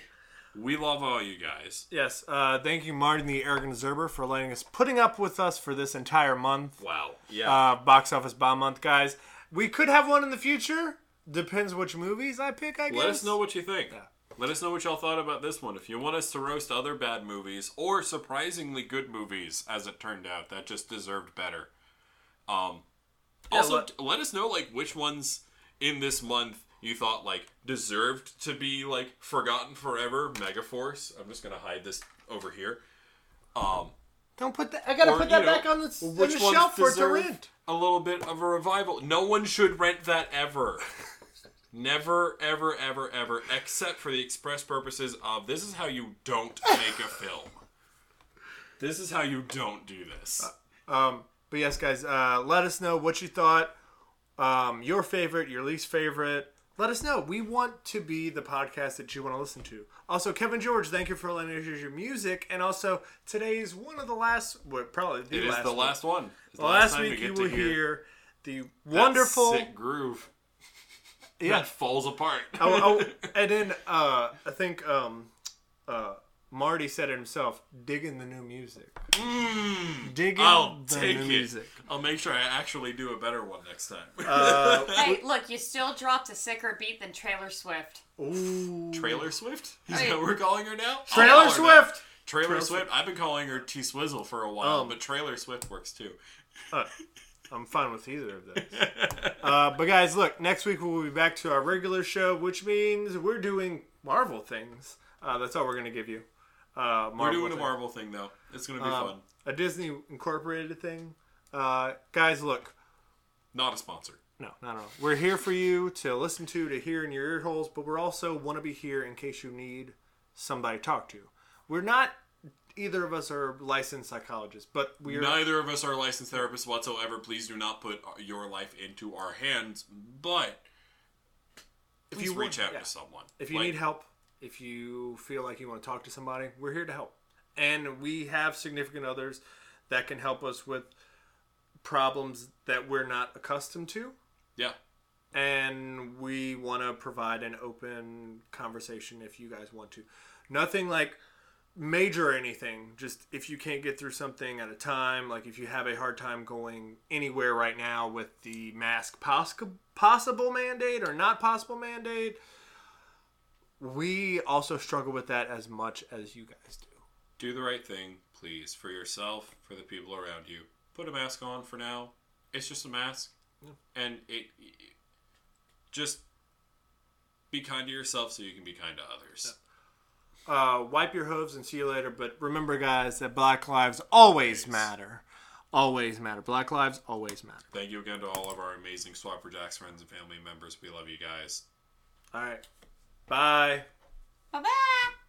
A: we love all you guys.
B: yes. Uh, thank you, Martin the Arrogant Zerber, for letting us putting up with us for this entire month.
A: Wow. Yeah.
B: Uh, box office bomb month, guys. We could have one in the future. Depends which movies I pick, I guess.
A: Let us know what you think. Let us know what y'all thought about this one. If you want us to roast other bad movies or surprisingly good movies, as it turned out, that just deserved better. Um, also,
B: let-
A: t- let us know like which ones in this month you thought like deserved to be like forgotten forever. Megaforce. I'm just gonna hide this over here. Um,
B: Don't put that. I gotta
A: or,
B: put that
A: you know,
B: back on the, s- on
A: which
B: the
A: ones
B: shelf for it to
A: deserve
B: rent.
A: A little bit of a revival. No one should rent that ever. Never, ever, ever, ever, except for the express purposes of this is how you don't make a film. This is how you don't do this.
B: Um, but yes, guys, uh, let us know what you thought. Um, your favorite, your least favorite. Let us know. We want to be the podcast that you want to listen to. Also, Kevin George, thank you for letting us use your music. And also, today's one of the last, well, probably the
A: It is
B: last.
A: the
B: one.
A: last one. It's the
B: Last
A: time we
B: week
A: get
B: you
A: to
B: will
A: hear
B: hear the
A: that
B: wonderful.
A: sick groove
B: yeah.
A: that falls apart.
B: oh, oh, and then uh, I think um, uh, Marty said it himself, digging the new music. digging
A: Mm. I'll
B: the
A: take
B: new
A: it.
B: music. Uh,
A: I'll make sure I actually do a better one next time.
C: Hey, look, you still dropped a sicker beat than Trailer Swift.
B: Ooh.
A: Trailer Swift? Is
C: Hey.
A: that what we're calling her now? I'll call
B: Trailer
A: her that.
B: Swift.
A: Trailer,
B: Trailer
A: Swift. I've been calling her T Swizzle for a while,
B: Um,
A: but Trailer Swift works too.
B: I'm fine with either of those. uh, but guys, look, next week we'll be back to our regular show, which means we're doing Marvel things. Uh, that's all we're gonna give you. Uh, Marvel
A: We're doing a
B: thing.
A: Marvel thing though. It's gonna be fun.
B: a Disney Incorporated thing. Uh, guys, look,
A: Not a sponsor.
B: no, no, no. We're here for you to listen to, to hear in your ear holes, but we're also want to be here in case you need somebody to talk to. We're not. Either of us are licensed psychologists, but we're
A: Neither of us are licensed therapists whatsoever. Please do not put your life into our hands. But
B: if
A: please
B: you
A: reach
B: want-
A: out
B: yeah.
A: to someone
B: If you
A: Like,
B: need help, if you feel like you want to talk to somebody, we're here to help. And we have significant others that can help us with problems that we're not accustomed to.
A: Yeah.
B: And we want to provide an open conversation if you guys want to. Nothing like major or anything. Just if you can't get through something at a time, like if you have a hard time going anywhere right now with the mask pos- possible mandate or not possible mandate, we also struggle with that as much as you guys do.
A: Do the right thing, please, for yourself, for the people around you. Put a mask on for now. It's just a mask. And it, it- just be kind to yourself so you can be kind to others.
B: Uh, wipe your hooves and see you later. But remember, guys, that Black lives always matter. Always matter. Black lives always matter.
A: Thank you again to all of our amazing Swap for Jacks friends and family members. We love you guys.
B: All right. Bye.
C: Bye bye.